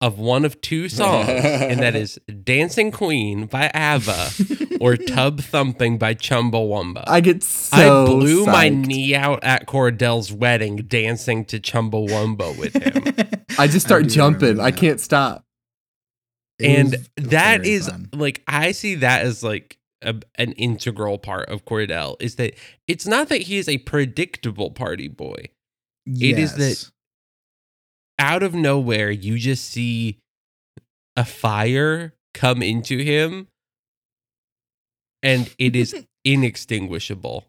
of one of two songs, and that is Dancing Queen by ABBA or Tub Thumping by Chumbawamba. I get so. I blew my psyched. knee out at Cordell's wedding dancing to Chumbawamba with him. I just start do jumping. remember I that. can't stop. It and was that very is fun. like I see that as like a, an integral part of Cordell is that it's not that he is a predictable party boy. it is that- Yes. Out of nowhere, you just see a fire come into him, and it is inextinguishable.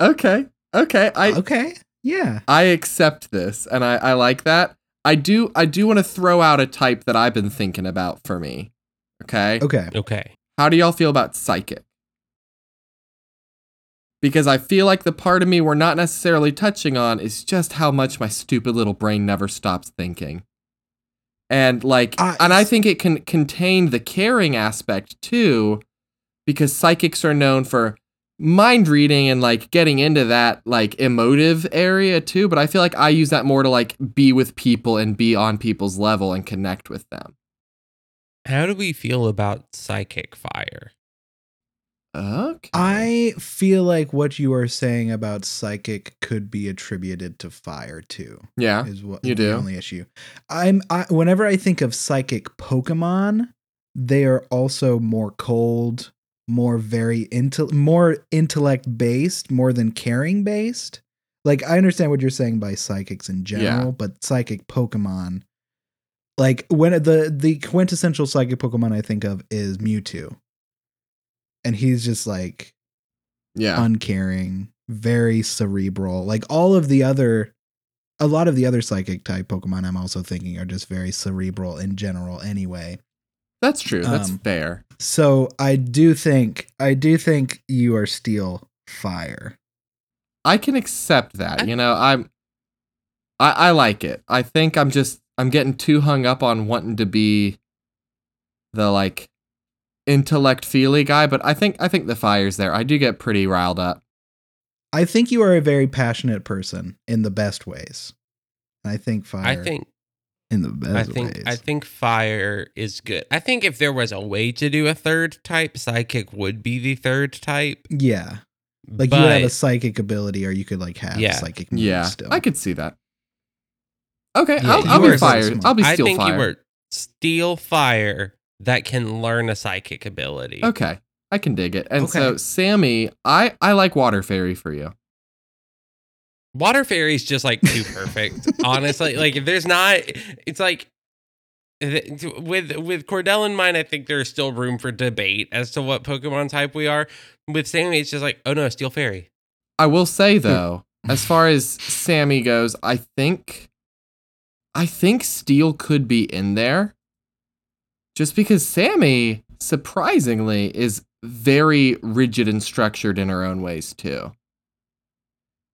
Okay. Okay. I okay. Yeah. I accept this and I, I like that. I do I do want to throw out a type that I've been thinking about for me. Okay. Okay. Okay, How do y'all feel about psychic? Because I feel like the part of me we're not necessarily touching on is just how much my stupid little brain never stops thinking. And like I- and I think it can contain the caring aspect too because psychics are known for mind reading and like getting into that like emotive area too, but I feel like I use that more to like be with people and be on people's level and connect with them. how do we feel about psychic fire? Okay. I feel like what you are saying about psychic could be attributed to fire too. Yeah. is what You the do. only issue. I'm I, whenever I think of psychic Pokemon, they are also more cold, more very intel, more intellect based, more than caring based. Like I understand what you're saying by psychics in general, but psychic Pokemon, like when the the quintessential psychic Pokemon I think of is Mewtwo, and he's just like Yeah. uncaring, very cerebral. Like all of the other, a lot of the other psychic type Pokemon I'm also thinking are just very cerebral in general anyway. That's true. That's Um, fair. So I do think I do think you are still fire. I can accept that. you know, I'm I I like it. I think I'm just I'm getting too hung up on wanting to be the like intellect feely guy, but I think I think the fire's there. I do get pretty riled up. I think you are a very passionate person in the best ways. And I think fire I think in the best I think ways. I think fire is good. I think if there was a way to do a third type, psychic would be the third type. yeah. Like but you would have a psychic ability or you could like have Yeah. psychic moves Yeah. Mm, still. I could see that. Okay, Yeah, I'll, you I'll were be so fired. smart. I'll be I still think you fired. were steel fire that can learn a psychic ability. Okay. I can dig it. And so Okay. Sammy, I I like water fairy for you. Water fairy is just like too perfect. Honestly, like if there's not, it's like th- with with Cordell in mind, I think there's still room for debate as to what Pokemon type we are. With Sammy, it's just like, oh no, steel fairy. I will say though, as far as Sammy goes, I think I think Steel could be in there. Just because Sammy, surprisingly, is very rigid and structured in her own ways too.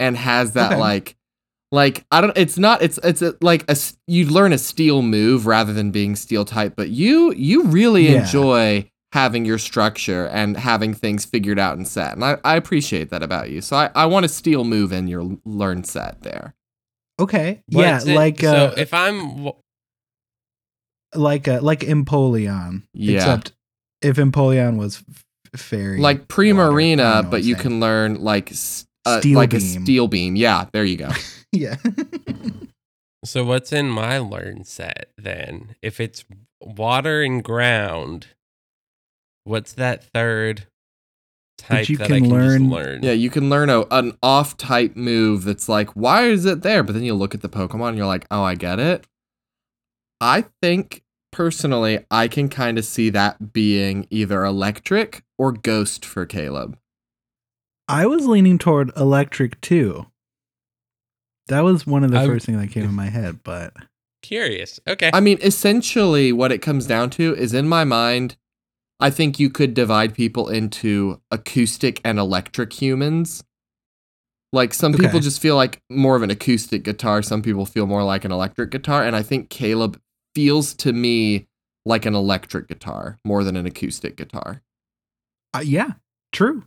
And has that Okay. like like I don't it's not it's it's a, like a s- you learn a steel move rather than being steel type, but you you really Yeah. enjoy having your structure and having things figured out and set. And I, I appreciate that about you. So I, I want a steel move in your learn set there. okay. yeah, What's it- like uh, so if I'm w- like uh, like Empoleon. Yeah. Except if Empoleon was f- fairy. Like pre water, I marina, know what but I'm you saying. can learn like s- uh, Steel like a beam. steel beam. Yeah, there you go. Yeah. So what's in my learn set then? If it's water and ground, what's that third type you that I can can learn- just learn? yeah, you can learn a, an off type move that's like, why is it there? But then you look at the Pokemon and you're like, oh, I get it. I think personally, I can kind of see that being either electric or ghost for Caleb. I was leaning toward electric too. That was one of the I- first things that came in my head, but Curious. Okay. I mean, essentially, what it comes down to is in my mind, I think you could divide people into acoustic and electric humans. Like, some people Okay. just feel like more of an acoustic guitar, some people feel more like an electric guitar. And I think Caleb feels to me like an electric guitar more than an acoustic guitar. uh, yeah, true.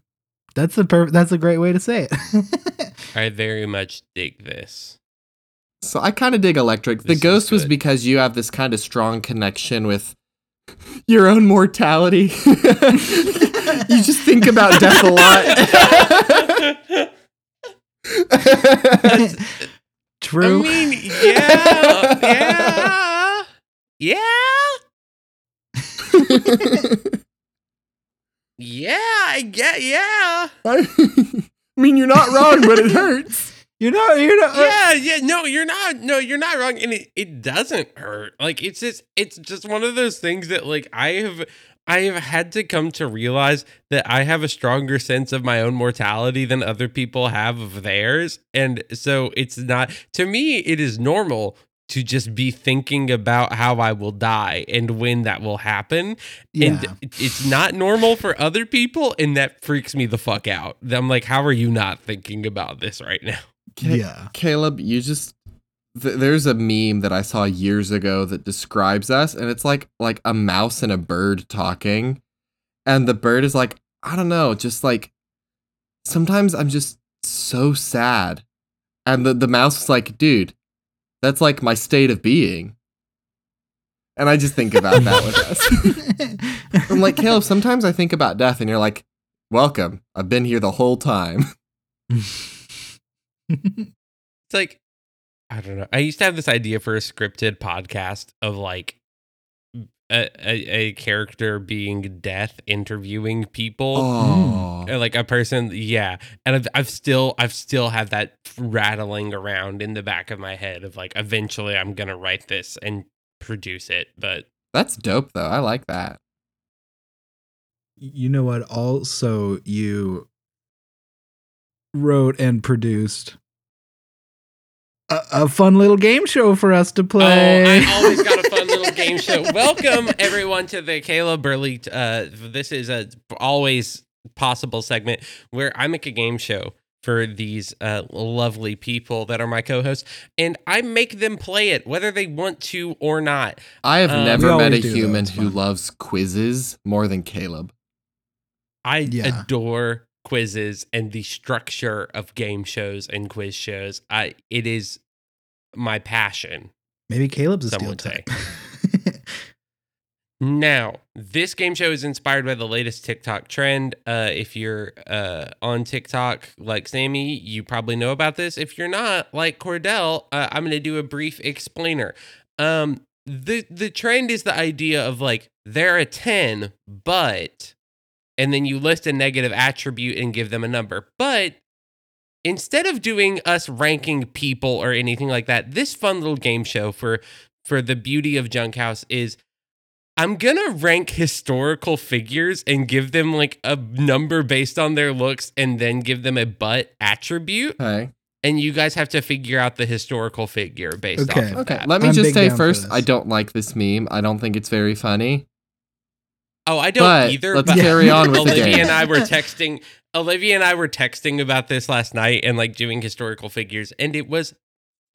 That's the per- that's a great way to say it. I very much dig this. So I kind of dig electric. This the is ghost was good. because you have this kind of strong connection with your own mortality. you just think about death a lot. I true. mean, yeah. Yeah. Yeah. Yeah, I get yeah. I mean, you're not wrong, but it hurts. you know, you know. yeah, yeah. No, you're not. No, you're not wrong. And it, it doesn't hurt. Like it's just it's just one of those things that like I have I have had to come to realize that I have a stronger sense of my own mortality than other people have of theirs. And so it's not to me it is normal to just be thinking about how I will die and when that will happen. uh, yeah. And it- it's not normal for other people and that freaks me the fuck out. I'm like how are you not thinking about this right now? Ca- yeah. Caleb, you just th- there's a meme that I saw years ago that describes us, and it's like like a mouse and a bird talking, and the bird is like, I don't know, just like sometimes I'm just so sad, and the the mouse is like, dude, that's like my state of being, and I just think about that with us. I'm like Caleb. Sometimes I think about death, and you're like, welcome, I've been here the whole time. it's like I don't know. I used to have this idea for a scripted podcast of like a a, a character being death interviewing people. Oh. Uh, Like a person, yeah, and I've, I've still, I've still had that rattling around in the back of my head of like, eventually, I'm gonna write this and produce it. But That's dope though. I like that. you know what? Also, you wrote and produced a, a fun little game show for us to play. Oh, I always got a fun little game show. Welcome everyone to the Kayla Burley. Uh, this is a always possible segment where I make a game show for these uh, lovely people that are my co-hosts, and I make them play it whether they want to or not. I have Um, We never met a always do, though, human it's who fine. loves quizzes more than Caleb. I Yeah. adore quizzes and the structure of game shows and quiz shows. I it is my passion. Maybe Caleb's a Some steel would say. type. Now, this game show is inspired by the latest TikTok trend. Uh, if you're uh, on TikTok like Sammy, you probably know about this. If you're not like Cordell, uh, I'm going to do a brief explainer. Um, the the trend is the idea of like they're a 10, but and then you list a negative attribute and give them a number. But instead of doing us ranking people or anything like that, this fun little game show for for the beauty of Junkhouse is I'm gonna rank historical figures and give them like a number based on their looks and then give them a butt attribute. Okay. And you guys have to figure out the historical figure based Okay. off of Okay. that. Let me I'm just big say down for first, I this. don't like this meme. I don't think it's very funny. Oh, I don't But either. let's but carry on with the Olivia game. and I were texting. Olivia and I were texting about this last night and like doing historical figures, and it was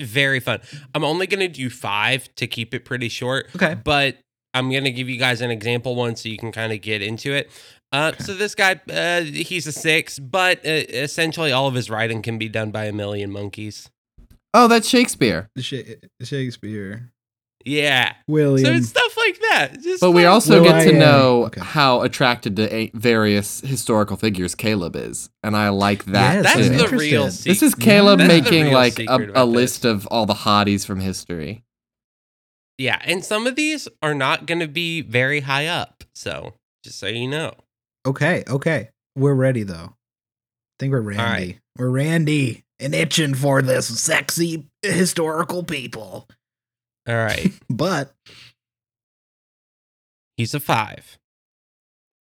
very fun. I'm only gonna do five to keep it pretty short, okay. but I'm gonna give you guys an example one so you can kind of get into it. Uh, So this guy, uh, he's a six, but uh, essentially all of his writing can be done by a million monkeys. Oh, that's Shakespeare. Sha- Shakespeare. Yeah. So William. it's stuff like that. Just But we fun. also Will get to I, uh, know okay. how attracted to a- various historical figures Caleb is, and I like that. Yes, that's too. I'm the real. interested. this secret. is Caleb That's the making real like secret a, a about this. list of all the hotties from history. Yeah, and some of these are not going to be very high up. So just so you know. okay. Okay. We're ready though. I think we're Randy. right. We're Randy and itching for this sexy historical people. All right, But he's a five,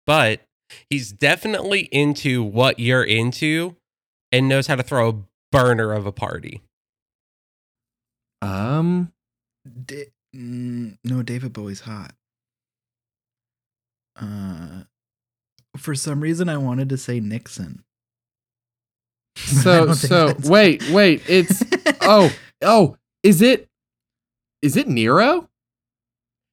but he's definitely into what you're into, and knows how to throw a burner of a party. Um, Da- mm, no, David Bowie's hot. Uh, for some reason, I wanted to say Nixon. I so don't think so that's- wait wait it's oh oh is it is it Nero?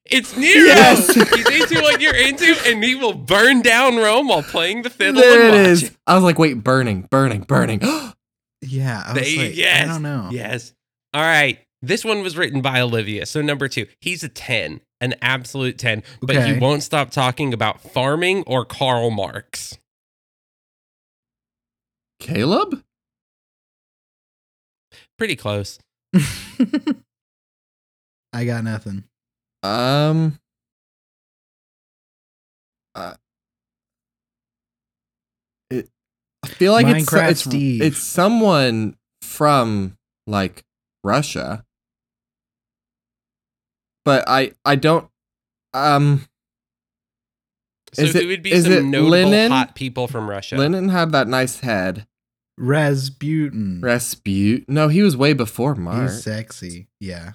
It's Nero. Yes! he's into what you're into, and he will burn down Rome while playing the fiddle. There and it is. watching. I was like, wait, burning, burning, burning. yeah. I, was They- like, yes, I don't know. Yes. All right. This one was written by Olivia. So number two, he's a 10, an absolute 10, but Okay. he won't stop talking about farming or Karl Marx. Caleb? Pretty close. I got nothing. Um. uh, it- I feel like it's, Minecraft it's Steve. it's someone from like Russia, but I I don't um So Is it, it- would be is it some notable linen? hot people from Russia. Lenin had that nice head. Hmm. Rasputin. Rasputin? No, he was way before Mark. He's sexy. Yeah.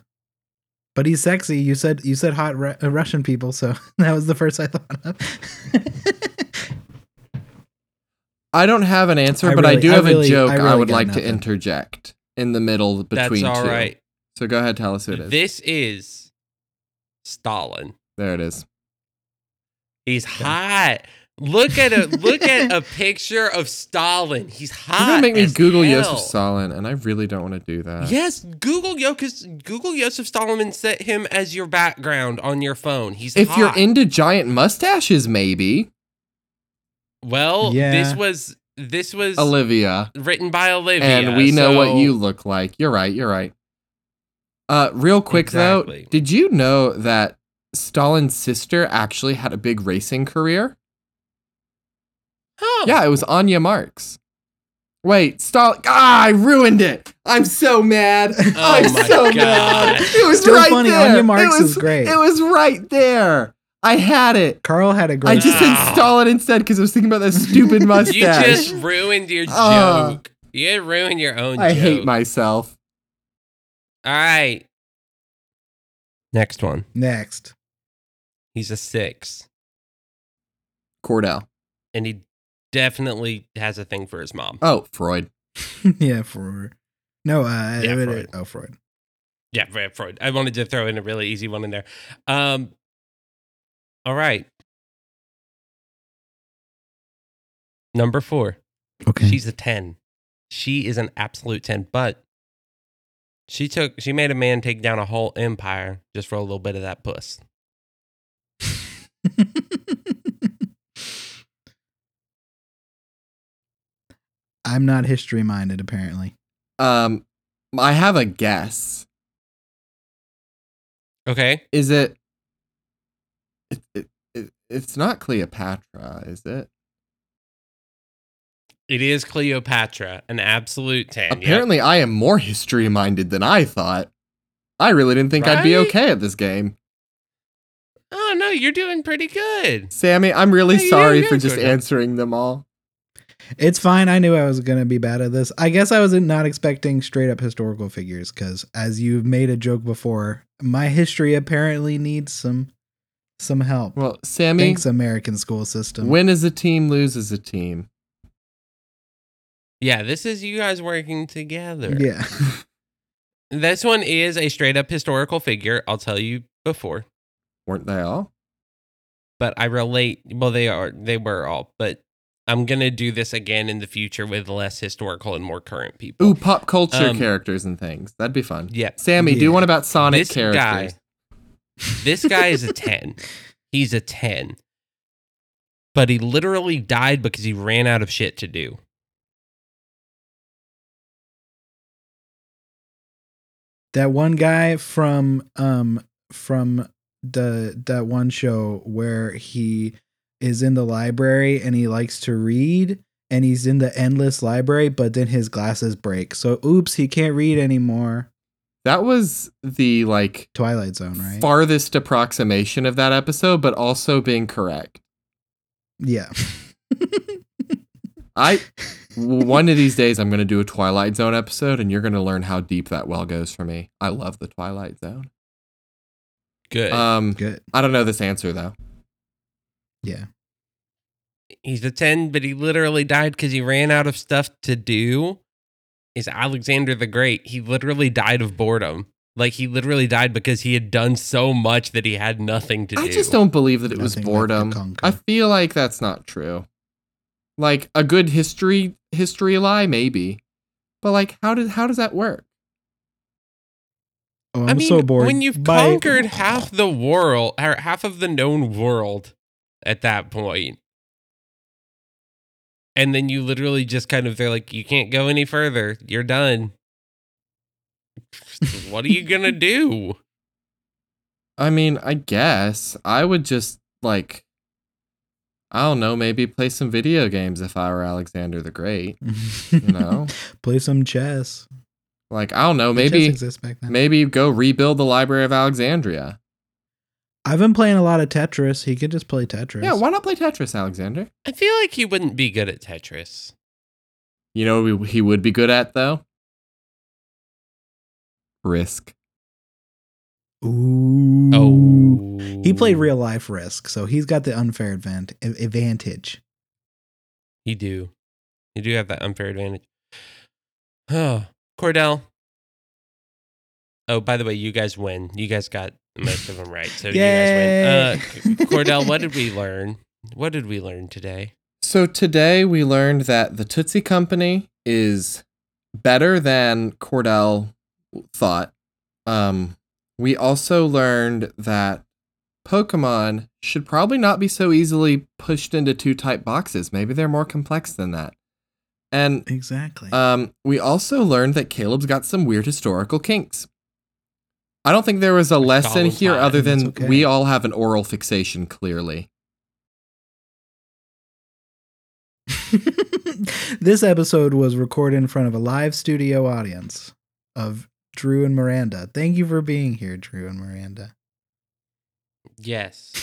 But he's sexy. You said you said hot Ru- uh, Russian people, so that was the first I thought of. I don't have an answer, I but I really- do I have a really- joke I I, really would got like to nothing. interject in the middle between That's all two. right. So go ahead, tell us who it is. This is Stalin. there it is. He's hot. Look at a look at a picture of Stalin. He's hot. You're gonna make me as Google hell. Yosef Stalin, and I really don't want to do that. Yes, Google Yo, 'cause Google Joseph Solomon set him as your background on your phone. He's If you're hot. into giant mustaches, maybe well, this Yeah. was this was Olivia, written by Olivia, and we know what so- you look like. You're right. You're right. Uh, real quick Exactly. though, did you know that Stalin's sister actually had a big racing career? Oh, Yeah, it was Anya Marks. Wait, Stalin. Ah, I ruined it. I'm so mad. I'm Oh my so God. mad. It was Still right funny. there. Anya Marx it was is great. It was right there. I had it. Carl had a I great. just said Ah. Stalin instead because I was thinking about that stupid mustache. you just ruined your Ah. joke. You ruined your own. I hate joke. myself. All right. Next one. Next. He's a six, Cordell. and he definitely has a thing for his mom. Oh, Freud. yeah, for no, uh, Yeah, it- Freud. oh Freud. Yeah, Fra- Freud. I wanted to throw in a really easy one in there. Um, all right. Number four. Okay. She's a 10. She is an absolute 10, but she took she made a man take down a whole empire just for a little bit of that puss. I'm not history minded, apparently. Um, I have a guess. Okay? Is it? It, it, it it's not Cleopatra, is it? It is Cleopatra, an absolute 10. yep. Apparently, I am more history minded than I thought. I really didn't think I'd be Right? okay at this game. Oh no, you're doing pretty good. Sammy, I'm really Yeah, you- sorry you for guys just go down. answering them all. It's fine. I knew I was going to be bad at this. I guess I was not expecting straight up historical figures because, as you've made a joke before, my history apparently needs some some help. Well, Sammy, Thanks, American school system. win as a team, lose as a team. Yeah, this is you guys working together. yeah. This one is a straight up historical figure, I'll tell you before, Weren't they all? but I relate well they are they were all, but I'm going to do this again in the future with less historical and more current people. Ooh, pop culture Um, characters and things. That'd be fun. Yeah. Sammy, Yeah. do one about Sonic This characters. guy- This guy is a 10. He's a 10. But he literally died because he ran out of shit to do. That one guy from um from the that one show where he is in the library and he likes to read and he's in the endless library, but then his glasses break. So oops, he can't read anymore. That was the like Twilight Zone, right? farthest approximation of that episode, but also being correct. yeah. I one of these days I'm gonna do a Twilight Zone episode, and you're gonna learn how deep that well goes for me. I love the Twilight Zone. Good. Um, Good. I don't know this answer though. Yeah. He's a 10, but he literally died because he ran out of stuff to do. Is Alexander the Great. He literally died of boredom. Like, he literally died because he had done so much that he had nothing to do. I just don't believe that it was Nothing like the boredom. conquer. I feel like that's not true. Like a good history history lie, maybe, but like how did how does that work? Oh, I'm I mean, so bored. when you've Bye. conquered half the world, or half of the known world at that point, and then you literally just kind of, they're like, you can't go any further. You're done. what are you going to do? I mean, I guess I would just like I don't know, maybe play some video games if I were Alexander the Great. You know, Play some chess. like I don't know, Did chess maybe exist back then. maybe go rebuild the Library of Alexandria. I've been playing a lot of Tetris. He could just play Tetris. Yeah, why not play Tetris, Alexander? I feel like he wouldn't be good at Tetris. You know what we- he would be good at though? Risk. Ooh. Oh. He played real life Risk, so he's got the unfair advan- advantage. He do. He do have that unfair advantage. Oh, Cordell. Oh, by the way, you guys win. You guys got most of them right. So you guys win. Uh, Cordell, what did we learn? What did we learn today? So today we learned that the Tootsie Company is better than Cordell thought. Um, we also learned that Pokemon should probably not be so easily pushed into two type boxes. Maybe they're more complex than that. And Exactly. Uh, um, we also learned that Caleb's got some weird historical kinks. I don't think there was a lesson Scotland's here hot, other and that's than okay. we all have an oral fixation, clearly. this episode was recorded in front of a live studio audience of Drew and Miranda. Thank you for being here, Drew and Miranda. Yes.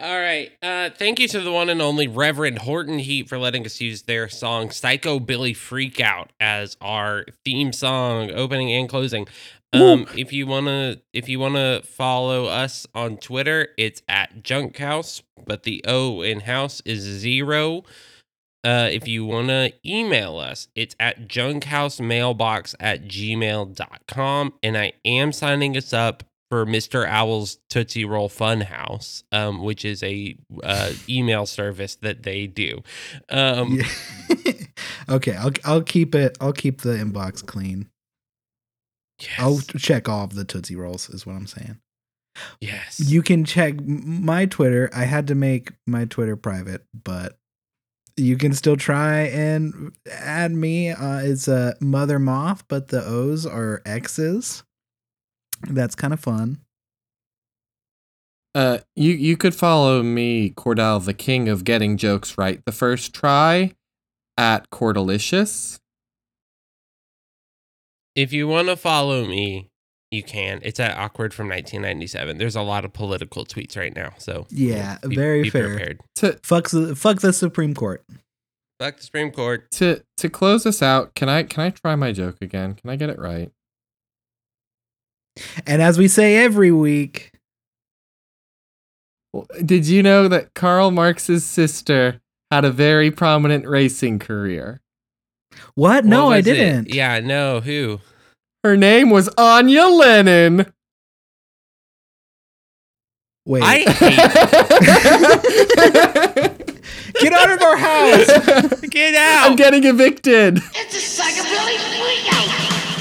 All right. Uh, thank you to the one and only Reverend Horton Heat for letting us use their song Psycho Billy Freak Out as our theme song, opening and closing. Um, if you wanna if you wanna follow us on Twitter, it's at Junk House, but the O in house is zero. Uh, if you wanna email us, it's at junkhouselmailbox at gmail.com. And I am signing us up for Mr. Owl's Tootsie Roll Funhouse, um, which is a uh, email service that they do. Um, Yeah. okay, I'll I'll keep it. I'll keep the inbox clean. yes, I'll check all of the tootsie rolls. Is what I'm saying. yes. You can check m- my Twitter. I had to make my Twitter private, but you can still try and add me. Uh, it's a mother moth, but the O's are X's. That's kind of fun. Uh, you you could follow me, Cordell, the king of getting jokes right the first try, at Cordelicious. if you want to follow me, you can. It's at awkward from 1997. There's a lot of political tweets right now, so Yeah, very fair. Prepared. To Fuck the fuck the Supreme Court. Fuck the Supreme Court. to to close us out, can I can I try my joke again? Can I get it right? And as we say every week, Well, Did you know that Karl Marx's sister had a very prominent racing career? what? no, What I was it? didn't. Yeah, no. Who? Her name was Anya Lennon. Wait. I hate. Get out of our house. Get I'm out. getting evicted. It's a psychobilly freak out.